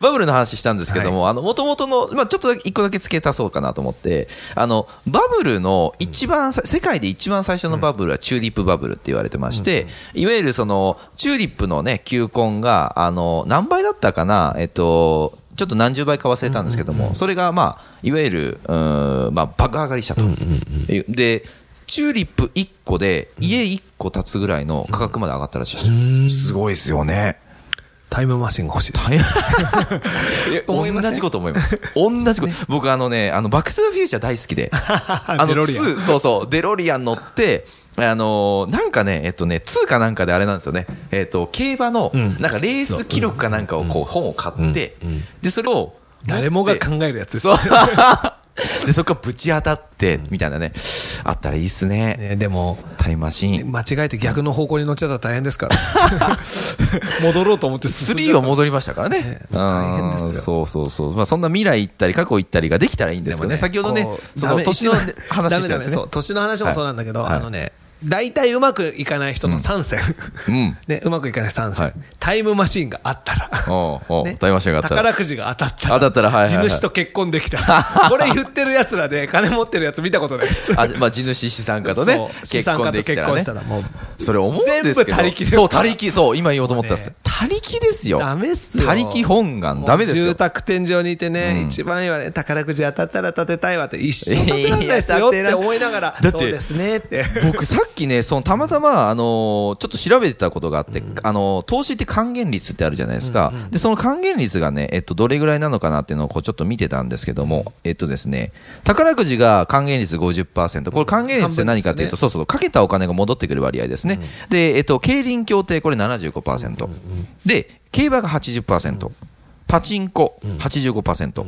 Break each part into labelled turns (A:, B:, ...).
A: バブルの話したんですけども、あの、元々の、まあちょっとだけ一個だけ付け足そうかなと思って、あの、バブルの一番さ、世界で一番最初のバブルはチューリップバブルって言われてまして、いわゆるその、チューリップのね、球根が、あの、何倍だったかな、えっと、ちょっと何十倍か忘れたんですけども、それがまあいわゆる、うーんまあ爆上がりしたと。いうで、チューリップ1個で家1個建つぐらいの価格まで上がったらしいです。すごいですよね。
B: タイムマシンが欲しいです。
A: 大変同じこと思います。同じこと。僕あのね、あの、バックトゥーフューチャー大好きで。 あの、
B: デロリアン
A: 2そうそう、デロリアン乗って、あのーなんかね、えっとね、2かなんかであれなんですよね。えっと、競馬の、
B: ん
A: なんかレース記録かなんかをこう、本を買って、で、それを、
B: 誰もが考えるやつです
A: そう。で、そこからぶち当たって、みたいなね。あったらいいっすね。
B: ね。でも、
A: タイムマシーン。
B: 間違えて逆の方向に乗っちゃったら大変です から。戻ろうと思って進んじ
A: 3
B: ゃ
A: は
B: った
A: 戻りましたからね。
B: え大変ですよ
A: うんそうそうそう。まあそんな未来行ったり過去行ったりができたらいいんですけどね。先ほどね
B: こ、う
A: そ
B: ダ
A: の
B: メ
A: 年の
B: ダメ
A: 話してたんです
B: ダメダメそ
A: ね
B: う。年の話もそうなんだけど、
A: はい
B: あのね、大体うまくいかない人の3選。
A: うん。
B: ね、うまくいかない3選、
A: はい
B: タイムマシンがあったら。
A: おうおう
B: ね
A: タイムマシンがあったら
B: 宝くじが当たったら。
A: 当たったらはいはいはい
B: 地主と結婚で きたら。これ言ってる奴らで金持ってる奴見たことないです。
A: あ、まあ地主資産家とね
B: そう、資
A: 結
B: 産
A: 婚
B: 家と
A: でき
B: 結
A: たら
B: 婚
A: ね
B: し。たらもう
A: それ思うんですけど。
B: 全部他力ですから
A: そう、他力、そう、今言おうと思ったんです。他力ですよ。
B: ダメっすよ。
A: 他力本願、ダメです
B: もう
A: よ
B: 住。宅天井にいてね、
A: うん
B: 一番いいわね、宝くじ当たったら建てたいわって、一生建てらんないですよっ
A: いや建て
B: て
A: らん
B: 思いながら、
A: だって
B: そうですねって。
A: 僕さっきね、そのたまたま、あのーちょっと調べてたことがあって、あのー投資って還元率ってあるじゃないですか。で、その還元率がね、えっと、どれぐらいなのかなっていうのをこうちょっと見てたんですけども、えっとですね、宝くじが還元率50%。これ還元率って何かっていうと、
B: 半分ですよね
A: そうそう、かけたお金が戻ってくる割合ですね。で、えっと、競輪協定、これ75%。で、競馬が80%。パチンコ85%、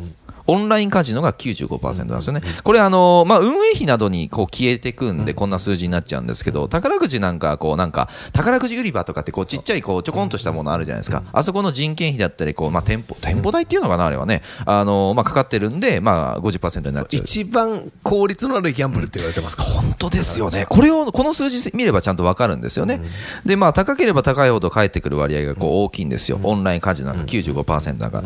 A: オンラインカジノが95%なんですよね、これ、あのまあ、運営費などにこう消えてくんで、こんな数字になっちゃうんですけど、宝くじなんかはこう、なんか、宝くじ売り場とかってこうちっちゃいこうちょこんとしたものあるじゃないですか、あそこの人件費だったりこう、まあ、店舗店舗代っていうのかな、あれはね、あのまあ、かかってるんで、まあ、50%になっちゃう。
B: 一番効率のあるギャンブルって言われてますから。
A: 本当ですよね。これを、この数字見ればちゃんとわかるんですよね。で、まあ、高ければ高いほど返ってくる割合がこう大きいんですよ。オンラインカジノなんか95%なんか。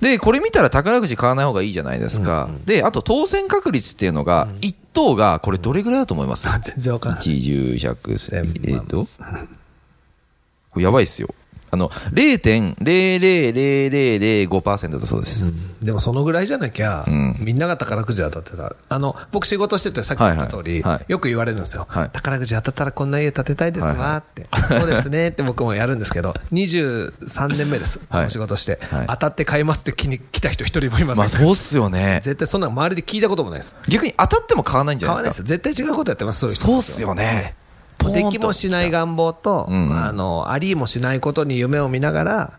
A: で、これ見たら宝くじ買わない方がいいじゃないですか。で、あと当選確率っていうのが、1等が、これどれぐらいだと思います
B: 全然わかんない。
A: ?80、100、
B: 1000
A: えっと。これやばいっすよ。あの、0.00005%だそうです。
B: でもそのぐらいじゃなきゃ、
A: ん
B: みんなが宝くじ当たってた。あの、僕仕事しててさっき言った通り、
A: はいはいはい
B: よく言われるんですよ、
A: はい
B: 宝くじ当たったらこんな家建てたいですわって、そうですねって僕もやるんですけど、23年目です。
A: はい
B: お仕事して、
A: はい
B: 当たって買いますって気に来た人一人もいません。
A: まあ、そうっすよね。
B: 絶対そんなの周りで聞いたこともないです。
A: 逆に当たっても買わないんじゃ
B: 買
A: ない
B: わない
A: で
B: ですす。
A: か。
B: 絶対違うことやってます。そういう人
A: そうっすよね。ポ
B: で
A: ーン
B: き
A: と
B: もしない願望と、
A: うん
B: あの、ありもしないことに夢を見ながら、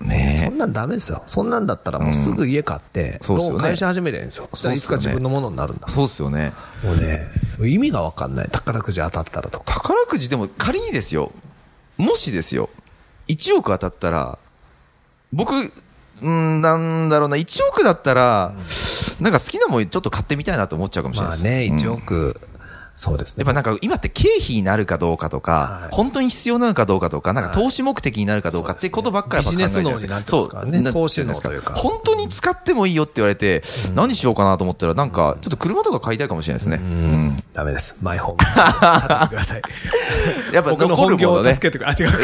A: ね
B: そんなんダメですよ。そんなんだったらもうすぐ家買って、
A: そうっすよね
B: ローン返し始めりゃいいんですよ。そしたらいつか自分のものになるんだ
A: え。。そうっすよね。
B: もうね、意味がわかんない。宝くじ当たったらとか。
A: 宝くじでも仮にですよ。もしですよ。1億当たったら、僕、うん、なんだろうな、1億だったら、なんか好きなもんちょっと買ってみたいなと思っちゃうかもしれ
B: ま
A: な
B: あ
A: いです。う
B: ね、
A: ん
B: 1億、そうです
A: や
B: ね
A: っ。ぱなんか今って経費になるかどうかとか、
B: はい
A: 本当に必要なのかどうかとか、なんか
B: はい
A: 投資目的になるかどうかってことばっかりやっぱ考えてるじゃないですか
B: ビジネス脳になってますからね
A: そうなって
B: 投資
A: るじゃな
B: 脳
A: いです
B: というか
A: 本当に使ってもいいよって言われて、何しようかなと思ったら、なんかちょっと車とか買いたいかもしれないですね。うん
B: ダメです。マイ ホーム。買ってください。
A: やっぱ
B: 僕の
A: 残
B: 本
A: る
B: 業
A: もの
B: を
A: ね
B: 助。けてくれ。あ、違う。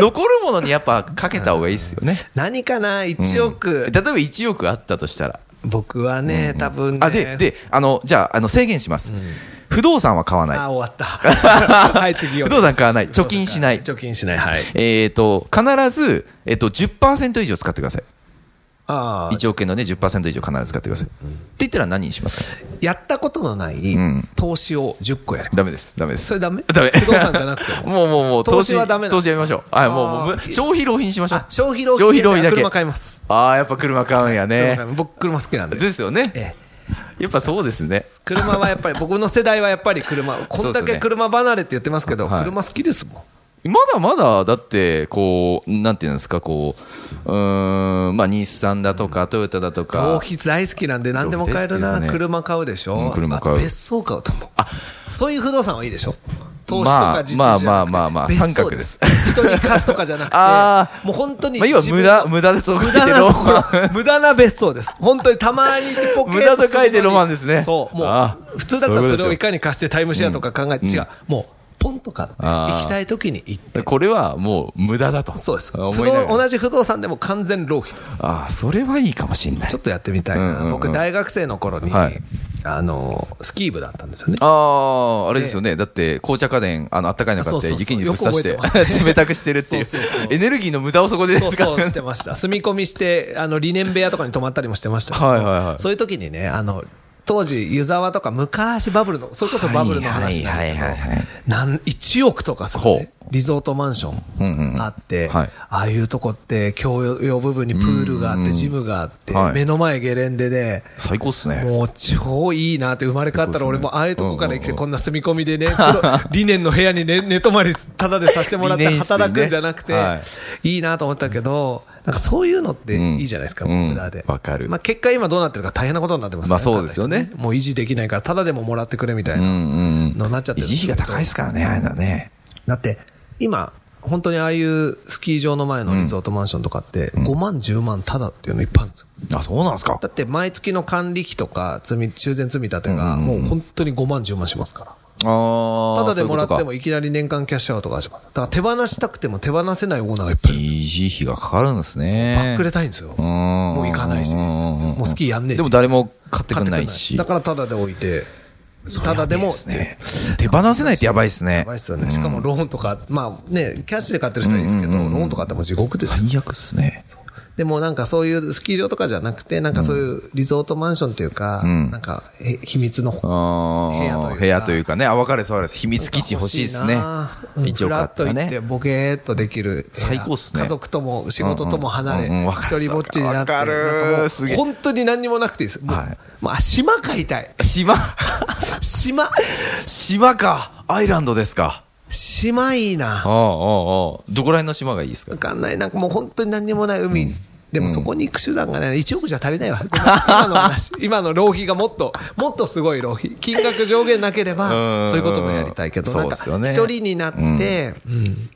A: 残るものにやっぱかけた方がいいですよね。
B: 何かな ?1 億
A: 例え。ば1億あったとしたら。
B: 僕はね、多分ね。
A: あ、で、で、あの、じゃあ、あの、制限します。不動産は買わない。
B: あ、終 わった。はい、次
A: 不動産買わ
B: な
A: ない。貯金しない。
B: 貯金しない。はい。
A: えっと、必ず、えっと、10%以上使ってください。
B: ああ
A: 1億円のね、10%以上必ず使ってください。って言ったら何にしますか
B: やったことのない
A: ん
B: 投資を10個やります
A: ダメです、ダメです
B: そ。れダメ
A: ダメ。
B: 不動産じゃなくて も
A: もうもうもう、
B: 投資はダメなの
A: 投資やめましょう。はい、もうもう、
B: あ
A: む消費浪費にしましょう
B: あ。消費浪費
A: 消費浪費だけ。
B: 車買います。
A: ああ、やっぱ車買うんやね。
B: 僕車好きなんで
A: ですよね。
B: ええ
A: やっぱそうですね。
B: 車はやっぱり僕の世代はやっぱり車こん
A: そう
B: だ
A: っす
B: け
A: ね
B: 車離れって言ってますけど
A: はい
B: 車好きですもん
A: まだまだ、だって、こう、なんていうんですか、こう、うーん、まあ、日産だとか、トヨタだと
B: 浪
A: か。
B: 費大好きなんで何でも買える
A: 浪費大好き
B: な
A: ですね
B: 車買うでし
A: う
B: ょ
A: ん車買う
B: あと別荘買うと思う
A: あ
B: そういう不動産はいいでしょ投資とか実
A: まあ
B: 需じゃなくて
A: まあまあまあまあ
B: 別荘
A: 三角です
B: 人に貸すとかじゃなく て
A: あー
B: もう本当に
A: まあ、要は無駄、無駄でと書
B: 無
A: いて
B: 駄な
A: ロ
B: とこ
A: マン。
B: ろ 無駄な別荘です本当にたまにポケット
A: 無駄と書いてロマンですね
B: そうも
A: あ
B: う普通だったら
A: そういうことです
B: それ
A: よ
B: をいかに貸してタイムシェアとか考えて、
A: うん
B: 違うもうポンと買って
A: あー
B: 行きたい時に行っ て
A: これはもう無駄だと。
B: そうです不動
A: 思いながら
B: 同じ不動産でも完全浪費です
A: ああ、それはいいかもしれない
B: ちょ。っとやってみたい
A: うん
B: な、
A: うんうん
B: 僕大学生の頃に、
A: はい
B: あのスキー部だったんですよね
A: ああ、あれですよね。だって、紅茶家電、あの、あったかいの買っ
B: そうそ
A: て、
B: うそう
A: 雪にぶっ刺し
B: よ
A: て
B: く覚えてます、ね
A: 冷たくしてるっていう
B: そうそうそ。う
A: エネルギーの無駄をそこで
B: そうそう
A: 使う
B: してました住み込みしてあの理念部屋とかに泊まったりもしてましたけど
A: はいはいはい
B: そういう時にねあの当時湯沢とか昔バブルのそれこそバブルの話なんですけど、
A: はいはいはいはい
B: なん1億とかする、
A: ほう
B: ね、リゾートマンショ
A: うんうんう
B: ン
A: ん
B: あって、
A: はい
B: ああいうとこって共用部分にプールがあってジムがあって、
A: はい
B: 目の前ゲレンデで
A: 最高っすね。
B: もう超いいなって生まれ変わったら俺もああいうとこから
A: そう
B: 来
A: です
B: て
A: ね
B: こんな住み込みでねこの 理念の部屋にね寝泊まりただでさせてもらって
A: 理念室にね
B: 働くんじゃなくて
A: はい
B: いいなと思ったけどなんかそういうのっていいじゃないですか
A: うん
B: 無駄で
A: うんわかる
B: まあ結果今どうなってるか大変なことになってます
A: まあそうですよね
B: もう維持できないからただでももらってくれみたい
A: うんう
B: なんのになっちゃっ
A: うん。
B: て
A: 維
B: る
A: 持費が高いですからね、あれだね。
B: だって今本当にああいうスキー場の前のリゾートマンションとかって5万10万ただっていうのいっぱいあるんですよ
A: あ、そうなんですか
B: だ。って毎月の管理費とか積み修繕積み立てがもう本当に5万10万しますから
A: ああ。
B: ただでもらっ
A: そうい
B: て
A: うこ
B: もいきなり年間キャッシュアウトが始まる。だから手放したくても手放せないオーナーがいっぱ
A: と
B: い
A: か
B: いる。
A: 維持費がかかるんですね。
B: バックレたいんですよ。
A: うん
B: もう行かない
A: う
B: し。
A: ん
B: もうスキーやんねえし。
A: でも誰も買ってくんないし。
B: だからただで置いて。ただでも。
A: それやべえですね手放せないってやばいですね。
B: やばいっすよね。しかもローンとか、まあね、キャッシュで買ってる人はいいですけど、ローンとかってもう地獄ですよ。
A: 最悪っすね。
B: でもなんかそういうスキー場とかじゃなくて、なんかそういうリゾートマンションというか、
A: ん
B: なんかえ秘密の
A: ああ、部
B: 部
A: 屋
B: 屋
A: と
B: と
A: い
B: いう
A: かね、あ、分かれそうです。秘密基地欲しいですね
B: な。うん
A: 一応
B: ふ
A: 買
B: ら
A: っ
B: っと
A: たら
B: 行って、
A: ね。
B: ボケーっとできる。
A: 最高っすね
B: 家族とも仕事とも離
A: うん
B: れ、
A: うんうんわかる
B: 一人ぼっちになって。
A: わかる
B: なんもう
A: すげえ
B: 本当に何にもなくていいです。もう
A: はい
B: まあ、島買いたい。
A: 島
B: 島、
A: 島かアイランドですか
B: 島いいな。
A: ああ、ああ、ああどこら辺の島がいいですか
B: わかんない。なんかもう本当に何にもない海。でもそこに行く手段がね、1億じゃ足りない わ。今の話、今の浪費がもっと、もっとすごい浪費。金額上限なければ
A: うん、
B: そういうこともやりたいけど、
A: そ
B: なん
A: うで
B: か
A: すよ
B: 一
A: ね
B: 人になって、うん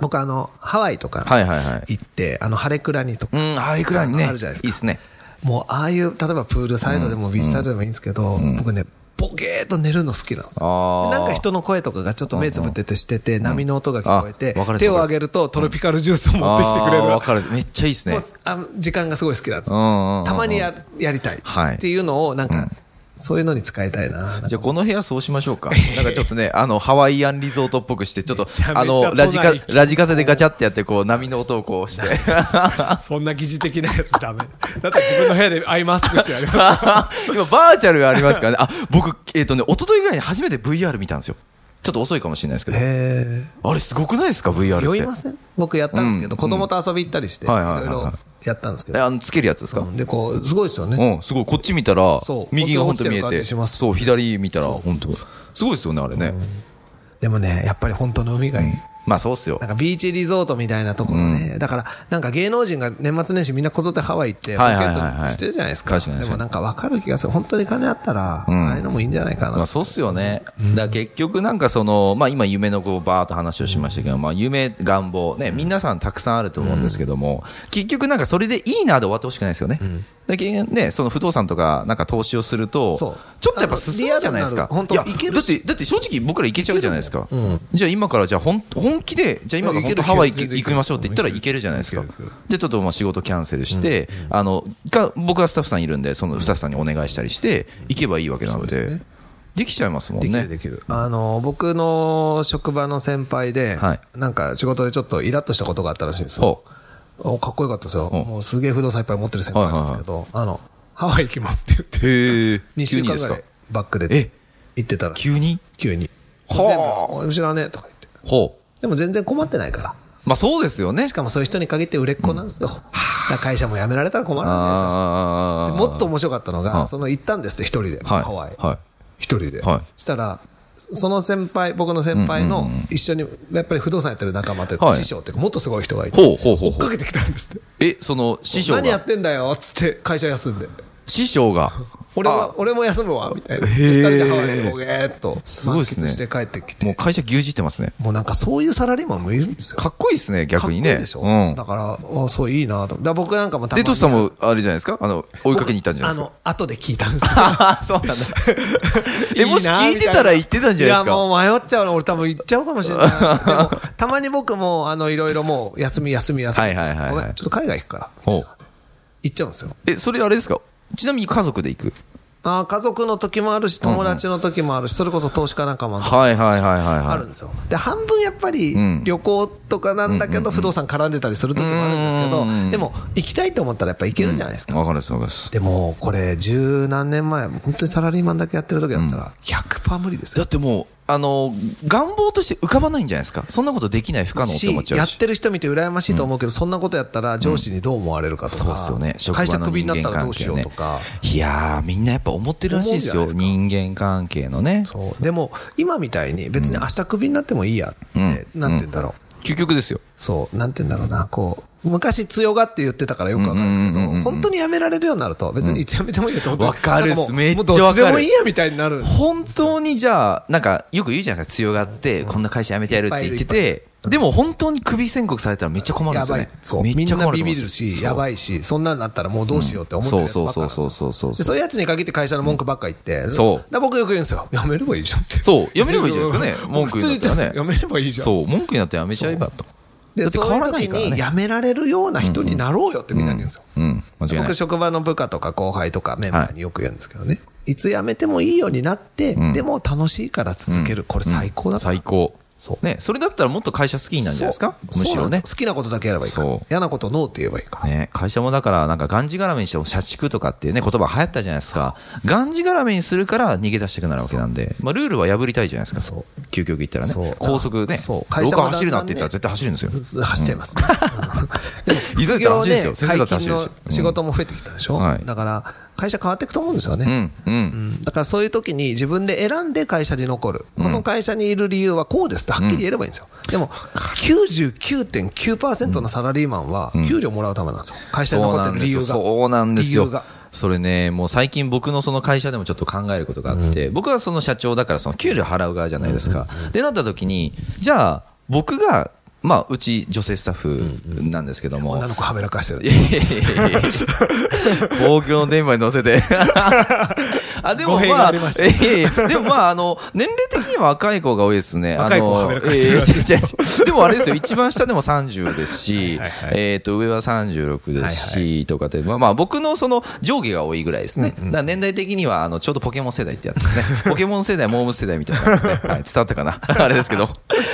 B: 僕あの、ハワイとか
A: はいはいはい
B: 行って、あの、晴れクラニとか
A: う、ん、ああ、いくらにね。
B: あるじゃないですか
A: いいっすね。
B: もうああいう、例えばプールサイドでもビーチサイドでもいいんですけど、僕ね、ボケーっと寝るの好きなんです
A: あー
B: よ。でなんか人の声とかがちょっと目つぶっててしてて、波の音が聞こえて
A: あわかる、
B: 手を挙げるとトロピカルジュースを持ってきてくれる
A: ああわかる。めっちゃいいっすね
B: もう。あの時間がすごい好きなんです
A: うんうんうんうん
B: たまにややりたい
A: はい
B: っていうのをなんか、そういうのに使いたいな
A: じゃあこの部屋そうしましょうか。なんかちょっとね、あの、ハワイアンリゾートっぽくして、ちょっと
B: ちゃ、めちゃ
A: あの、
B: 都内
A: ラジカ、ラジカセでガチャってやって、こう、波の音をこう して。
B: そんな疑似的なやつダメ だったら自分の部屋でアイマスクしてやりま
A: 今、バーチャルありますからね。あ、僕、えっ、とね、一昨日ぐらいに初めて VR 見たんですよ。ちょっと遅いかもしれないですけど。
B: へ
A: あれ、すごくないですか ?VR って。
B: 酔いません僕やったんですけ
A: うん
B: ど子供と遊び行ったりしてい
A: はいはいはい
B: ろいろやったんですけ
A: え
B: ど
A: あの、つけるやつですか、
B: でこうすごいですよね
A: うん、すごい。こっち見たら
B: そ、う
A: 右が本当見え
B: こっちが落ちてる感
A: て、
B: じします
A: そう、左見たら、本当すごいですよね、あれね。
B: でもねやっぱり本当の海がいい
A: まあ、そうっすよ
B: なん。かビーチリゾートみたいなところね、だからなんか芸能人が年末年始みんなこぞってハワイ行ってポケ
A: はいはいはいはい
B: ットしてるじゃないですか。
A: 確かに
B: でもなんかわかる気がする。本当に金あったら、
A: ん
B: ああいうのもいいんじゃないかな。
A: まあ、そうっすよね。だから結局なんかその、まあ今夢のこうバーっと話をしましたけど、まあ夢、願望、ね、皆さんたくさんあると思うんですけども、結局なんかそれでいいなで終わってほしくないですよね。だけどね、その不動産とかなんか投資をすると、ち
B: そ
A: ょ
B: う
A: っとやっぱ進むじゃないですか。
B: あのリアルになる本当
A: いや、
B: いけ
A: だ
B: る
A: っ、
B: して
A: だって正直僕ら行けちゃうじゃないですか。じゃあ今からじゃあ本本気で、じゃあ今から本当ハワイ行き
B: いけるいける
A: 行きましょうって言ったら行けるじゃないですか
B: いけるいける。
A: で、ちょっとまあ仕事キャンセルして、あの、か僕はスタッフさんいるんで、そのスタッフさんにお願いしたりして、行けばいいわけなので。できちゃいますもん
B: でき
A: ね。
B: るできる。あの、僕の職場の先輩で、
A: はい
B: なんか仕事でちょっとイラッとしたことがあったらしいんですよ。
A: ほ
B: おかっこよかったですよ。
A: うん
B: もうすげえ不動産いっぱい持ってる先輩なんですけど、あの、ハワイ行きますって言って、
A: へえ。急
B: 2週
A: に
B: 間
A: です
B: ぐ
A: から
B: い。バック
A: え
B: で行ってたら、
A: 急に
B: 急に。全部
A: はあ、
B: 後ろはね、とか言って。
A: ほう。
B: でも全然困ってないから。
A: まあそうですよね。
B: しかもそういう人に限って売れっ子なんですよ。だから会社も辞められたら困るんで
A: ああ
B: すよ。でもっと面白かったの
A: は
B: が、
A: い
B: その行ったんですって、一人で。
A: はい。
B: ハワイ。
A: は
B: 一人で。
A: はい
B: したら、その先輩、僕の先輩
A: うんう
B: の
A: んうん
B: 一緒に、やっぱり不動産やってる仲間という
A: は
B: か、
A: い
B: 師匠っていうか、もっとすごい人がい
A: い。
B: て、
A: ほうほうほう
B: 追っ
A: ほ
B: か
A: う。
B: けてきたんですって。
A: え、その、師匠
B: 何や
A: が
B: っ。てんだよっつって会社休んで
A: 師匠が。
B: 俺
A: あ
B: は俺も休むわみたいな
A: へー
B: 二人でハワイにボゲーっと
A: すごいっすね
B: 満喫して帰ってきて
A: もう会社牛耳ってますね。
B: もうなんかそういうサラリーマンもいるんですよ
A: かっこいいですね、逆に
B: かっこいい
A: ね
B: でし。ょ、
A: うん
B: だ。からあそういいなとだから僕なんかもたま
A: で、
B: に
A: トシさんも、あれじゃないですかあの、追いかけに行ったんじゃない
B: あ
A: ですか
B: の後で聞いたんですよ
A: あ、そうなんだ。え、
B: な
A: もし聞いてたら行ってたんじゃないです
B: いや、も
A: か
B: う迷っちゃうな。俺多分行っちゃうかもし れない。でもたまに僕も、あの、いろいろもう、休み、休み、休み。
A: はいはいはいはい
B: ごめんちょっと海外行くから。
A: ほう。
B: 行っちゃうんですよ。
A: え、それあれですかちなみに家族で行く
B: あー家族の時もあるし、友達の時もあるし、それこそ投資家仲間の時もあるし
A: はいはいはいはいはい。
B: あるんですよ。で、半分やっぱり
A: うん
B: 旅行とかなんだけど、不動産絡んでたりする時もあるんですけ
A: うんうんうん
B: ど、でも行きたいと思ったらやっぱ行けるじゃないですか。
A: わかるですわかるです。
B: でも、これ、十何年前、本当にサラリーマンだけやってる時だったら、100%無理です
A: だ
B: よ
A: っ。てもう、あの、願望として浮かばないんじゃないですかそんなことできない不可能って
B: し
A: 思っちゃ
B: や
A: う
B: っ
A: し。
B: てる人見て羨ましいと思うけど、そんなことやったら上司にどう思われるかと
A: そう
B: か、
A: っすよね。職場
B: 会社
A: の
B: クビ
A: 人
B: になった
A: 間
B: らど
A: 関係
B: うしよう
A: ね
B: とか。。
A: いやー、みんなやっぱ思ってるらしいですよ。
B: 思うんじ
A: 人間関係のね。
B: そうでも、今みたいに別に明日クビになってもいいやって、
A: うん
B: なんて言うんだろう。
A: 究極ですよ。
B: そう、なんて言うんだろうな、こう、昔強がって言ってたからよくわかるんです
A: うんうんうんう
B: け
A: ん
B: ど、本当に辞められるようになると、別にいつ辞めてもいいよって本当に。
A: わかるっす
B: なんもう
A: めっちゃ
B: もうどっちで
A: わか
B: も
A: る
B: いいやみたいになる。
A: 本当にじゃあ、なんか、よく言うじゃないですか。強がって、こんな会社辞めてやるって言ってて、でも本当に首宣告されたらめっちゃ困るん
B: や
A: ですよ
B: ばい
A: ね。。
B: そう。
A: め
B: み
A: っ
B: ん
A: ちゃ困
B: な
A: る
B: ビ
A: と思うん
B: ビ
A: で
B: る
A: すよ
B: し、やばいし、そんなんなったらもうどうしようって思ってるやつばっかなんですよ
A: そうそうそうそうそうそう
B: でそういうやつに限って会社の文句ばっか言って。
A: そう
B: だから僕よく言うんですよ。辞めればいいじゃんって。
A: そう辞めればいいじゃない ですかね文句
B: 普通
A: 言うん
B: に
A: だ
B: 言
A: っ
B: ったて
A: ら
B: ま
A: ね
B: す。辞めればいいじゃん。
A: そう、文句になってやめちゃえばと。だ
B: で、
A: って
B: そう
A: 変
B: い
A: わ
B: う
A: らない
B: 時
A: から
B: に
A: ね。
B: 辞められるような人になろうよってみんなに言うんですよ。
A: うん、間違いない
B: 僕、。職場の部下とか後輩とかメンバーによく言うんですけどね、い、つ辞めてもいいようになって、
A: ん
B: でも楽しいから続ける、これ最高だと思う
A: 最高。
B: そう
A: ね、それだったらもっと会社好きになるんじゃないですか
B: そう
A: むしろ
B: そうなん
A: ね
B: です。よ好きなことだけやればいいか
A: そ
B: ら
A: う
B: 嫌なことノーって言えばいいから、
A: ね、会社もだから、なんか、がんじがらめにしても、社畜とかっていうね、言葉流行ったじゃないですか。がんじがらめにするから逃げ出したくなるわけなんで、まあ、ルールは破りたいじゃないですか。
B: そう
A: 究極言ったら
B: そ
A: ね
B: う。
A: 高速ね
B: そう。会
A: 廊
B: 社
A: 下
B: もだんだんね
A: 走るなって言ったら絶対 走るんですよ。
B: 走っちゃいますね、
A: 急いで走るんですよ。先生だ
B: 最
A: って走
B: 近
A: るんです
B: の
A: よ。
B: 仕事も増えてきたでしょ、
A: うんはい
B: だから会社変わっていくと思うんですよね、
A: うん、うん。
B: うんだからそういう時に自分で選んで会社に残る、この会社にいる理由はこうですってはっきり言えればいいんですよ、でも99.9%のサラリーマンは給料もらうためなんですよ、会社に残ってる理由が。
A: そうなんですよ。そ
B: 理
A: う
B: 由
A: なん
B: が
A: ですよそれね、もう最近僕のその会社でもちょっと考えることがあって、僕はその社長だからその給料払う側じゃないですか。で、なった時に、じゃあ僕が、まあ、うち女性スタッフなんですけども、
B: 女の子はめらかして
A: い
B: る。
A: やいやいやいや公 共の電波に乗せて。あ、でも
B: 語弊
A: ま
B: が
A: あ、
B: ありました
A: いやいやでもまあ、あの、年齢的には若い子が多いですね。
B: 若い子
A: あの
B: はめらかしてる
A: いやいや 違う違うでもあれですよ、一番下でも30ですし、
B: はいはい
A: えっと、上は36ですし、とかで、まあまあ、僕のその上下が多いぐらいですね。だから年代的には、あの、ちょうどポケモン世代ってやつ ですね。ポケモン世代、モームス世代みたいなやつ ですね。はい、伝わったかなあれですけど。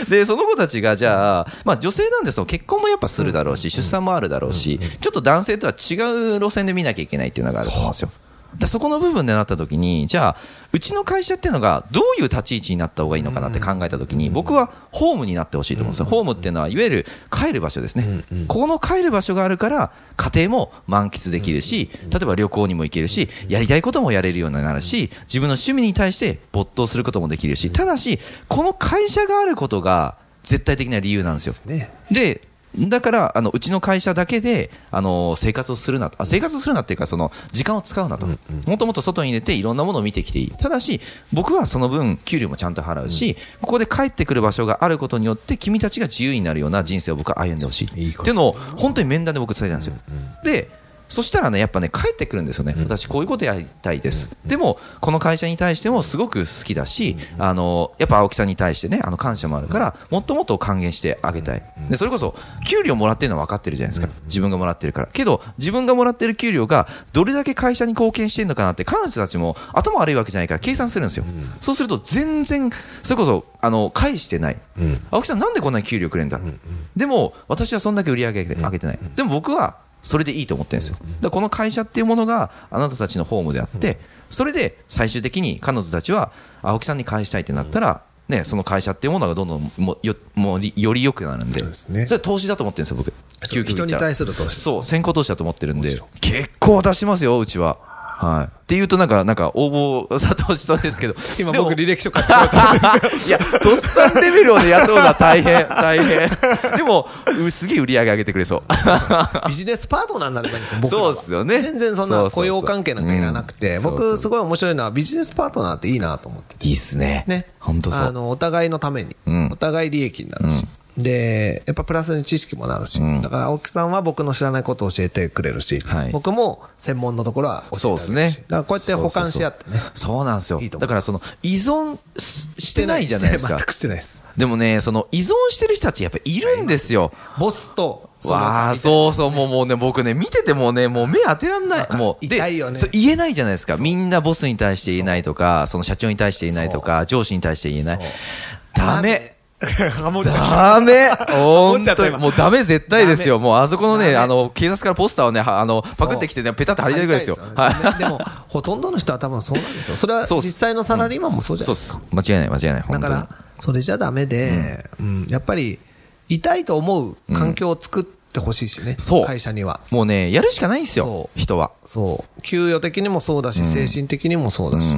A: で、その子たちが、じゃあ、まあ女性なんで、その結婚もやっぱするだろうし、出産もあるだろうし、ちょっと男性とは違う路線で見なきゃいけないっていうのがあると思うんですよ。だからそこの部分でなった時に、じゃあ、うちの会社っていうのがどういう立ち位置になった方がいいのかなって考えた時に、僕はホームになってほしいと思うんですよ。ホームっていうのは、いわゆる帰る場所ですね。ここの帰る場所があるから、家庭も満喫できるし、例えば旅行にも行けるし、やりたいこともやれるようになるし、自分の趣味に対して没頭することもできるし、ただし、この会社があることが絶対的な理由なんですよ。
B: ね。
A: で、だから、あの、うちの会社だけで、あの、生活をするなと。あ生活をするなっていうか、その、時間を使うなと。もっともっと外に出て、いろんなものを見てきていい。ただし、僕はその分、給料もちゃんと払うし、ここで帰ってくる場所があることによって、君たちが自由になるような人生を僕は歩んでほしい。
B: いいこと
A: っていうのを、本当に面談で僕伝えたんですよ。で、そしたらね、やっぱね、帰ってくるんですよね、私、こういうことやりたいです、でも、この会社に対してもすごく好きだし、あのやっぱ青木さんに対してね、あの感謝もあるから、もっともっと還元してあげたい、でそれこそ、給料もらってるのは分かってるじゃないですか、自分がもらってるから、けど、自分がもらってる給料がどれだけ会社に貢献してるのかなって、彼女たちも頭悪いわけじゃないから、計算するんですよ、そうすると、全然、それこそあの返してない、青木さん、なんでこんなに給料くれんだ、でも、私はそんだけ売り上げ上げてない、でも僕はそれでいいと思ってるんですよ、だからこの会社っていうものがあなたたちのホームであって、それで最終的に彼女たちは青木さんに返したいってなったら、ね、その会社っていうものがどんどんもよもうより良くなるんで
B: そうですね
A: それは投資だと思ってるんですよ、僕、究極言
B: 人
A: っ
B: に
A: たら
B: 対する投資
A: そう、先行投資だと思ってるんで、結構出しますよ、うちは。はい。っていうと、なんか、なんか、応募さ投資そうですけど。
B: 今
A: でも
B: 僕履歴書書いてくれた
A: いや、とっさんレベルをね、雇うのは大変、大変。でも、うすげえ売り上げ上げてくれそう。
B: ビジネスパートナーになればいいんですよ、僕ら
A: そう
B: は
A: ですよね
B: 全然そ
A: そう
B: ん
A: そう
B: な
A: そう
B: 雇用関係なんかいらなくて、
A: うんそうそう
B: 僕、すごい面白いのは、ビジネスパートナーっていいなと思ってて、
A: いいっすね。
B: ね、
A: ほんとそ
B: あ
A: う。
B: のお互いのために、
A: うん
B: お互い利益になるし、で、やっぱプラスに知識もなるし、だから青木さんは僕の知らないことを教えてくれるし、
A: はい
B: 僕も専門のところは
A: そ
B: 教
A: うで
B: えて
A: す
B: くれるし、
A: ね
B: だ。からこうやって補完し合ってね、
A: そうそうそう。そうなんですよ
B: いいと。思
A: だ
B: います
A: から、その、依存ししてないじゃないですか
B: 全。くしてないです。
A: でもね、その、依存してる人たち、やっぱいるんですよ。
B: ボスと、その
A: わあ、そうそう、もうもうね、僕ね、見ててもね、もう目当てらんない。もう、で
B: 痛いよね
A: そう言えないじゃないですか。みんなボスに対して言えないとか、その社長に対して言えないとか、上司に対して言えない
B: そう。
A: ダメ。
B: ハモっちゃ
A: ダメ本
B: っちゃった
A: 当に。
B: 今
A: もうダメ絶対ですよ。
B: ダメ
A: もうあそこのね、
B: ダメ
A: あの、警察からポスターをね、はあの、パクってきてね、ペタって貼りたいぐらいですよ。はい。
B: ねでも、ほとんどの人は多分そうなんですよ。それは
A: そうっ
B: 実
A: す
B: 際のサラリーマンもそうじゃな
A: そう
B: いで
A: っ
B: すか。
A: す。間違いない、間違いない。
B: だ
A: 本
B: か
A: 当に
B: ら。、それじゃダメで、うんやっぱり、痛いと思う環境を作ってほしいしね、
A: そう
B: 会社には。
A: もうね、やるしかないんですよ
B: そ。
A: 人は。
B: そう。給与的にもそうだし、精神的にもそうだし、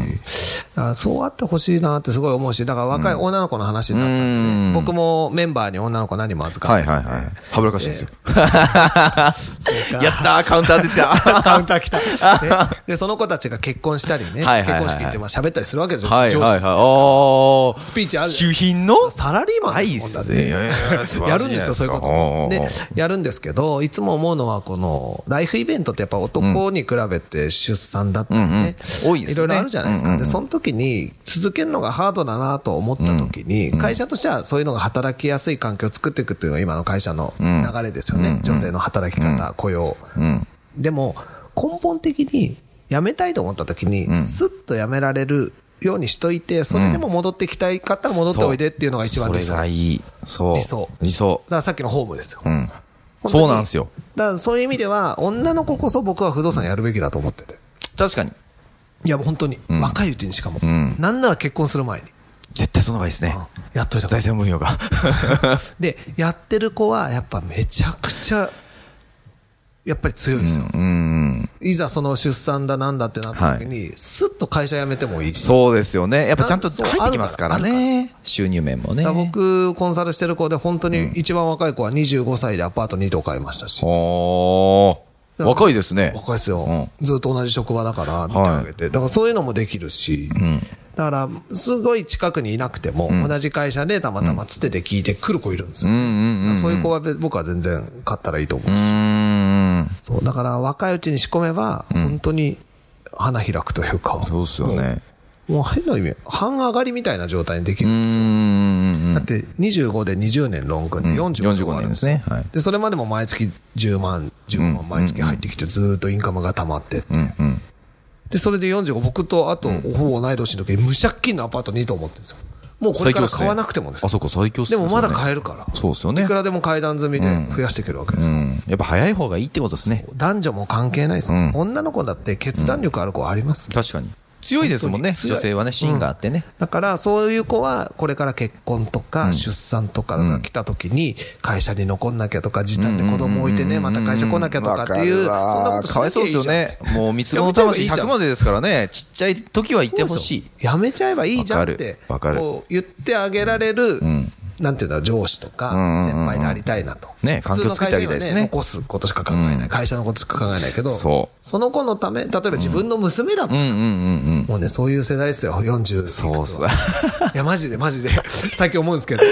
B: だからそうあってほしいなってすごい思うし、だから若い女の子の話になったんでね、
A: うん
B: 僕もメンバーに女の子何も預か
A: は
B: っ
A: い
B: て、
A: はいはい。はぶらかしいんですよ。
B: か
A: やったー、カウンター出てた。
B: カウンタ ー来た、ねで、その子たちが結婚したりね、
A: はいはいはいはい
B: 結婚式行ってまあ喋ったりするわけですよ、
A: はいはいはい。
B: 上司
A: ああ。
B: スピーチある
A: 主品の
B: サラリーマン
A: は
B: で
A: いいっ
B: すもんだっ
A: す
B: て
A: ね。素晴
B: や
A: らし
B: るん
A: じゃな
B: ですよ、そういうこ
A: お
B: と。
A: ー
B: で、やるんですけど、いつも思うのは、この、ライフイベントってやっぱ男に比べて出産だったり
A: うんうん
B: ね、
A: 多いですね
B: いろいろあるじゃないです
A: うんう
B: か。
A: んうん
B: で、その時に、続けるのがハードだなと思った時に、会社としてはそういうのが働きやすい環境を作っていくっていうのが今の会社の流れですよね。女性の働き方、雇用。
A: うん。
B: でも、根本的に辞めたいと思った時に、スッと辞められるようにしといて、それでも戻ってきたいかったら戻っておいでっていうのが一番
A: そ
B: 理
A: れ
B: 想。
A: がいい。そう。
B: 理想
A: 理想
B: だ。からさっきのホームですよ。
A: うん。
B: 本当に
A: そうなんですよ。。
B: だからそういう意味では、女の子こそ僕は不動産やるべきだと思ってて。
A: 確かに。
B: いや、本当に。若いうちにしかも。
A: ん
B: なんなら結婚する前に。
A: 絶対その方がいいですね。
B: やっといた方
A: 財
B: がいい
A: 政分与が。
B: で、やってる子は、やっぱめちゃくちゃ、やっぱり強いですよ。
A: うん。
B: いざその出産だなんだってなった時に、すっと会社辞めてもいいし。
A: そうですよね。やっぱちゃんと入ってきますから
B: そうある
A: ね。収入面もね
B: だから。僕、コンサルしてる子で、本当に一番若い子は25歳でアパート2棟買いましたし。
A: おー。若いですね。
B: 若いですよ、
A: うん
B: ずっと同じ職場だから見てあげて、だからそういうのもできるし、だからすごい近くにいなくても、同じ会社でたまたまつてで聞いてくる子いるんですよ、
A: うんうんうん。
B: そういう子はべ僕は全然買ったらいいと思うし、
A: うん。
B: そうだから若いうちに仕込めば、本当に花開くというか、
A: そうっすよね。
B: もう変な意味、半上がりみたいな状態にでき
A: う
B: る
A: ん
B: ん
A: う
B: ですよ。
A: んうん。
B: だって25で20年ロングで45
A: 45
B: 年
A: 年ですねはい
B: でそれまでも毎月10万15万毎月入ってきてずーっとインカムが溜まってって、でそれで45僕とあとほぼ同い年の時に無借金のアパートにと思ってるんですよもうこれから買わなくてもです
A: あ、そうか、最強っす
B: で
A: ね
B: もまだ買
A: え
B: えるから
A: そうですよね
B: いく。らでも階段済みで増やしていけるわけです、
A: うん。やっぱ早い方がいいってことですね。
B: 男女も関係ないです、
A: ん
B: 女の子だって決断力ある子はあります、
A: 確かに。強いですもんね。
B: 本当に強い
A: 女性はね、芯があってね。
B: だから、そういう子は、これから結婚とか、出産とかが来た時に、会社に残んなきゃとか、時短で子供置いてね、また会社来なきゃとかっていう、そん
A: わ
B: なことし
A: かわいそう
B: な
A: で
B: き
A: す
B: ゃいい
A: よ
B: じゃん
A: ね。もう三つ子の魂100までですからね、ちっちゃい時は行ってほしい。
B: やめちゃえばいいじゃんって
A: わかるわかる
B: こう言ってあげられる、なんていうんだろう、上司とか、
A: うんうんうん
B: 先輩でありたいなと。
A: ね環境作ってあげたいですね
B: 普通の会社には残すことしか考えない、
A: うん
B: 会社のことしか考えないけど、
A: そう
B: の子のため、例えば自分の娘だと、
A: うんうんうん
B: もうね、そういう世代ですよ、40
A: うん。そう
B: す
A: さ。
B: いや、マジで、マジで。 最近思うんですけど。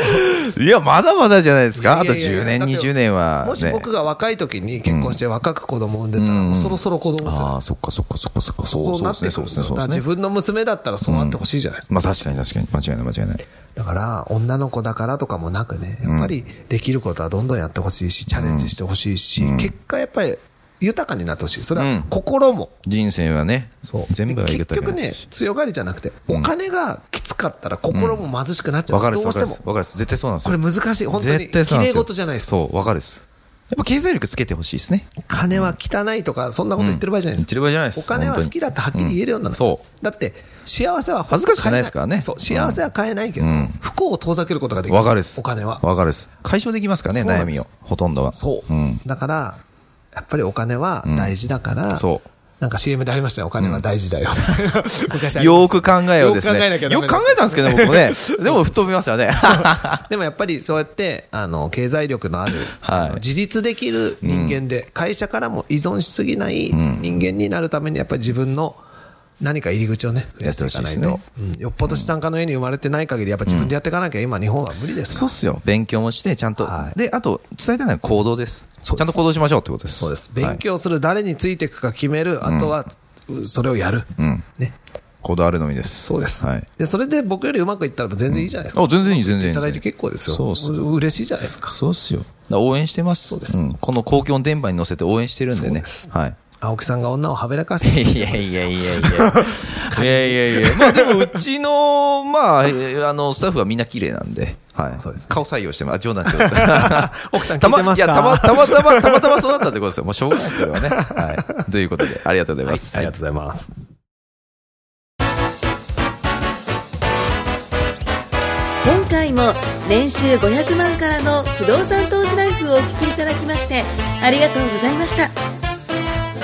A: いや、まだまだじゃないです か。あ
B: い
A: と
B: やいやいや
A: 10年、
B: だって
A: 20年は。
B: もし
A: ね
B: 僕が若い時に結婚して若く子供産んでたら、
A: うん
B: もうそろそろ子供世代
A: ああ、そっかそっかそっかそっか。そう
B: そう
A: そうで
B: なっ
A: す
B: て
A: ね、
B: く
A: そ
B: る
A: うんで
B: です
A: ね、
B: すよ
A: そう
B: だ
A: です
B: から自
A: ね。
B: 分の娘だったらそうあってほしいじゃないですか。
A: まあ確かに確かに。間違いない間違いない。
B: だから、女の子だからとかもなくね、やっぱりできることはどんどんやってほしいし、チャレンジしてほしいし、結果やっぱり豊かになってほしい。それ
A: うん
B: は心も。
A: 人生はね、全部は
B: で
A: 言けた
B: 結
A: わけ
B: 局
A: ない
B: ね
A: し、。
B: 強がりじゃなくて、
A: うん
B: お金がきつかったら心も貧しくなっちゃ
A: わ
B: う。
A: かるっ
B: ど
A: す、わ
B: うし
A: かる
B: て
A: っ
B: も
A: す。。わかるっす。絶対そうなんです
B: こ
A: よ。
B: れ難しい。本当に。
A: 絶対そう
B: 綺
A: なんです
B: 麗
A: よ。
B: 事じゃないです。
A: そう、わかるっす。やっぱ経済力つけてほしいですね。
B: 金は汚いとか、そんなこと言ってる場合じゃないで
A: うん言
B: す。
A: ってる場合じゃないです
B: お金は好きだってはっきり言えるようにな
A: うん
B: る。。
A: そう
B: だって、幸せは
A: 恥ずかしくないですからね
B: そう、幸せは買えないけど
A: うん、
B: 不幸を遠ざけることができる。
A: わかるっす。
B: お金は。
A: わかるっす。解消できますからね、
B: そうな
A: 悩
B: んで
A: み
B: す
A: を。ほとんどが。
B: そ
A: う
B: う
A: ん。。
B: だから、やっぱりお金は大事だから、
A: そう。
B: なんか CM でありましたよ、お金は大事だよ。 昔ありました
A: よーく考えようですね。
B: よく考えなきゃダメ
A: よく考えたんですけどね、僕もね。 でも、吹っ飛びますよね。
B: でもやっぱりそうやって、あの、経済力のある、
A: はい
B: あの自立できる人間で、会社からも依存しすぎない人間になるために、やっぱり自分の何か入り口をね、増やしていかないと。
A: やってほ
B: うんよっぽど資産家の家に生まれてない限り、やっぱ自分でやっていかなきゃ今日本は無理ですか
A: そうっすよ。勉強もして、ちゃんと
B: は。い
A: で、あと、伝えたいのは行動です。ち
B: そうです
A: ゃんと行動しましょうってことです。
B: ら。そうです。
A: は
B: 勉
A: い。
B: 強する、誰についていくか決める、あとは、それをやる。
A: うん。
B: ね。
A: 行動あるのみです。
B: そうです
A: はい。。
B: で、それで僕よりうまくいったら全然いいじゃないですか。
A: あ、全然いい、全然いい。
B: いただいて結構ですよ。
A: そうっす。
B: う嬉しいじゃないですか。
A: そうっすよ。だから応援してます。
B: そうです
A: んこの公共の電波に乗せて応援してるんで
B: そう
A: ね
B: で。す
A: はい。
B: 青木さんが女をはべらかし
A: い
B: て
A: や
B: るんで
A: い
B: すよ
A: やいやいやいや。いやいやいや。まあでも、うちの、まあ、えーあの、スタッフはみんな綺麗なんで。はい。
B: そうですね
A: 顔採用してます。あ、冗談 です。奥
B: さん聞いて
A: たま、
B: ますか
A: いや、た ま、たまたま、たまたまそうなったってことですよ。もうしょうがないです、それはね。はい。ということで、ありがとうございます。
B: ありがとうございます。
C: 今回も年収500万からの不動産投資ライフをお聞きいただきましてありがとうございました